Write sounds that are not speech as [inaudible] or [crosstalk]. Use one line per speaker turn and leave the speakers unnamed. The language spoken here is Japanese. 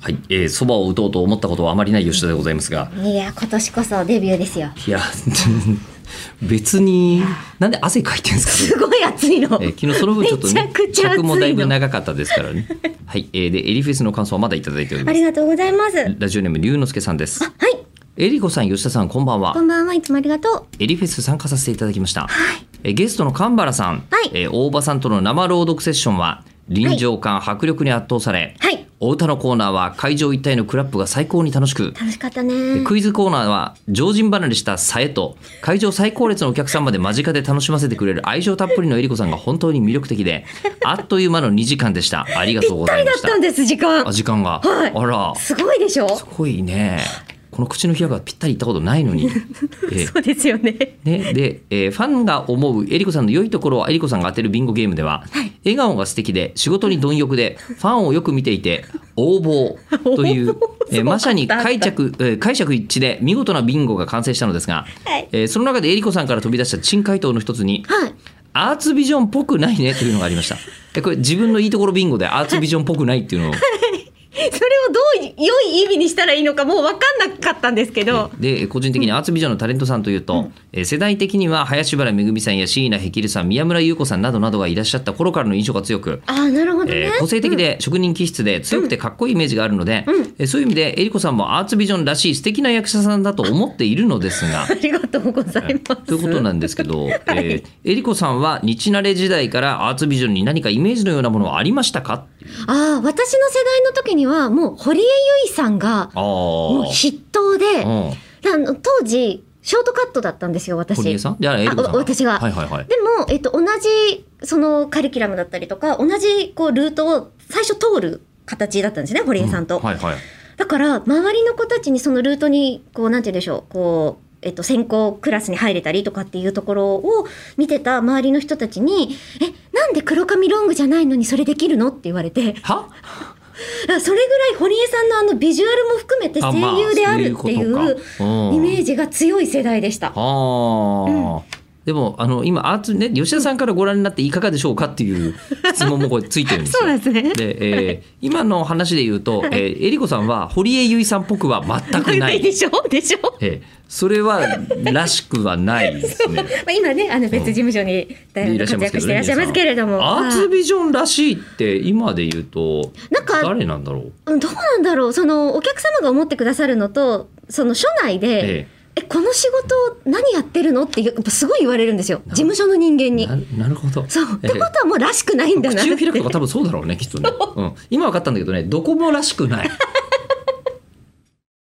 はい、えー、蕎麦を打とうと思ったことはあまりない吉田でございますが、
いや今年こそデビューですよ
いや、 [laughs] 別に、なんで汗かいてるんですか、
すごい暑いの
えー昨日その分ちょっとね
めちゃく、ちゃ暑いの
尺もだいぶ長かったですからね。はい、えー、で、エリフェスの感想はまだいただいており
あ
ます。
りがとうございます
ラジオネーム、龍之介さんです。
はい
えりこさん、吉田さん、こんばんは
こ。んばんはいつもありがと
エリフェス参加させていただきました。
うはい
えーゲストの神原さん、
はい
えー大場さんとの生朗読セッションは、臨場感、迫力に圧倒され、
はい
お歌のコーナーは会場一体のクラップが最高に楽しく、
楽しかったね
クイズコーナーは常人離れしたさえと会場最高列のお客さんまで間近で楽しませてくれる愛情たっぷりのえりこさんが本当に魅力的
[laughs]
であっという間の2時間でしたありがとう
ぴっ
ご
た
ざい
りだ
ま
っ
した
たんです時間
あ時間が、
はい
あらす
すごいでしょ
ごいねこの口の開がぴったりいったことない
[laughs]
のに、えー
そうですよね
ね、で、えーファンが思うえりこさんの良いところをえりこさんが当てるビンゴゲームでは、笑顔が素敵で仕事に貪欲でファンをよく見ていて横暴と
[laughs]
いう、えーまさに解釈、えー解釈一致で見事なビンゴが完成したのですが、
はい
えーその中でえりこさんから飛び出した珍回答の一つに
はい
アーツビジョンっぽくないねというのがありました。えこれ自分のいいところビンゴでアーツビジョンっぽくないっていうのを
それをどう良い意味にしたらいいのかもう分かんなかったんですけど
で個人的にアーツビジョンのタレントさんというと、えー世代的には林原めぐみさんや椎名ヘキルさん宮村優子さんなどなどがいらっしゃった頃からの印象が強く、
ああなるほど
え
ね
ー個性的で職人気質で強くてかっこいいイメージがあるので、えーそういう意味でえりこさんもアーツビジョンらしい素敵な役者さんだと思っているのですが
あ。りがとうございます
ということなんですけ
[laughs]
ど、えーえりこさんは日慣れ時代からアーツビジョンに何かイメージのようなものはありましたか
ああ私の世代の時にはもう堀江由衣さんが
ああ、
もう筆頭で、
うん
あの当時ショートカットだったんですよ私
堀江さんじゃあえりこさん
あわ私が
はいはいはい
でも、えっと、同じそのカリキュラムだったりとか同じこうルートを最初通る形だったんですね堀江さんと、
はいはい
だから周りの子たちにそのルートにこうなんて言うんでしょうこうえっと、専攻クラスに入れたりとかっていうところを見てた周りの人たちに「えなんで黒髪ロングじゃないのにそれできるの?」って言われて
は
だからそれぐらい堀江さんのあのビジュアルも含めて
あ
声
まあ
優であるってい
そういう
う
ことかうん
イメージが強い世代でした。
ああ、でもあの今アーツね吉田さんからご覧になっていかがでしょうかっていう質問もこれついてるん
[laughs]
ですよ。
ですね
で、えー今の話で言うと、えー、えりこさんは堀江由衣さんっぽくは全くな
[laughs]
い。
でしょでしょ、ま
えーそれはらしくはないですね。
[laughs] あ、今ねあの別事務所に大
でいらっしゃいま
活
すけど
躍
ね
していらっしゃいますけれども、
アーツビジョンらしいって今で言うと
なんか
誰なんだろう。
うんどうなんだろうそのお客様が思ってくださるのとその署内で、
え
えこの仕事何やってるのってやっぱすごい言われるんですよ事務所の人間
ー
に。
ななるほど。
そうってことはもうらしくないんだなって
口を開くとか多分そうだろうねきっとね、うん、今分かったんだけどねどこもらしくない